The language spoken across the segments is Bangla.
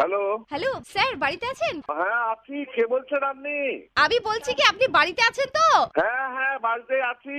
হ্যালো স্যার বাড়িতে আছেন হ্যাঁ আছি কে বলছেন আপনি আমি বলছি কি আপনি বাড়িতে আছেন তো হ্যাঁ হ্যাঁ বাড়িতে আছি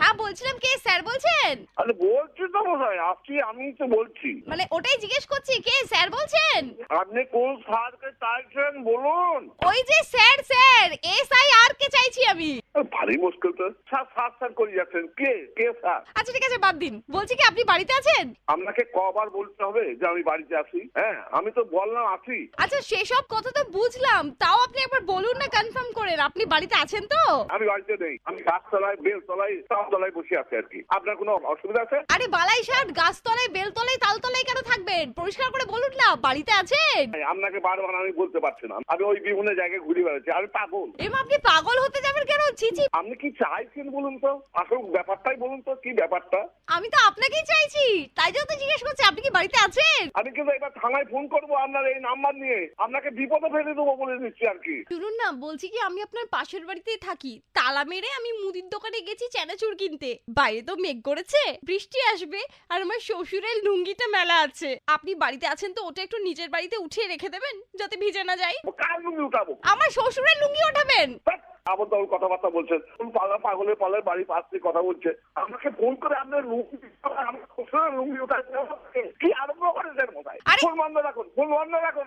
হ্যাঁ বলছিলাম কে স্যার বলছেন আরে বলছি তো বোধ হয় আছি আমি তো বলছি মানে ওটাই জিজ্ঞেস করছি কে স্যার বলছেন আপনি কোন সারকে চাইছেন বলুন ওই যে sir sir S I R কে চাইছি আমি আরে, ভারী মুশকিল তো স্যার স্যার স্যার করে যাচ্ছেন কে কে স্যার আচ্ছা ঠিক আছে বাদ দিন বলছি কি আপনি বাড়িতে আছেন আপনাকে কবার বলতে হবে যে আমি বাড়িতে আছি হ্যাঁ আমি তো বললাম আছি আচ্ছা সেসব কথা তো বুঝলাম তাও আপনি একবার বলুন না কনফার্ম করেন আপনি বাড়িতে আছেন তো আমি বাড়িতে নেই আমি গাছতলায় বেলতলায় তলায় বসে আছি আর কি আপনার কোনো অসুবিধা আছে আরে বালাই ষাট গাছতলায় বেলতলায় তালতলায় কেন থাকবেন পরিষ্কার করে বলুন না বাড়িতে আছেন এই, আপনাকে বারবার আমি বলতে পারছি না আমি ওই বিভিন্ন জায়গায় ঘুরে বেড়াচ্ছি আমি পাগল এমা আপনি পাগল হতে যাবেন কেন ছিছি আপনি কি চাইছেন বলুন তো আসল ব্যাপারটাই বলুন তো কি ব্যাপারটা আমি তো আপনাকেই চাইছি তাই জন্য তো জিজ্ঞেস করছি আপনি কি বাড়িতে আছেন আমি কিন্তু এবার থানায় ফোন করবো আপনার এই নাম্বার নিয়ে আপনাকে বিপদে ফেলে দেবো বলে দিচ্ছি আর কি শুনুন না বলছি কি আমি আপনার পাশের বাড়িতেই থাকি তালা মেরে আমি মুদির দোকানে গেছি চানাচুর কিনতে বাইরে তো মেঘ করেছে বৃষ্টি আসবে আর আমার শ্বশুরের লুঙ্গিটা মেলা আছে আপনি বাড়িতে আছেন তো ওটা একটু নিজের বাড়িতে উঠিয়ে রেখে দেবেন যাতে ভিজে না যায় কার লুঙ্গি উঠাবো আমার শ্বশুরের লুঙ্গি ওঠাবেন আবার তখন কথাবার্তা বলছেন তুমি পাগলা পাগলের পালের বাড়ি পাশ থেকে কথা বলছে আমাকে ফোন করে আপনার লুঙ্গি দিতে হবে, আমার শ্বশুরের লুঙ্গি উঠাতে হবে। কি আরম্ভ করেছেন কোথায় আরে- ফোন বন্ধ রাখুন ফোন বন্ধ রাখুন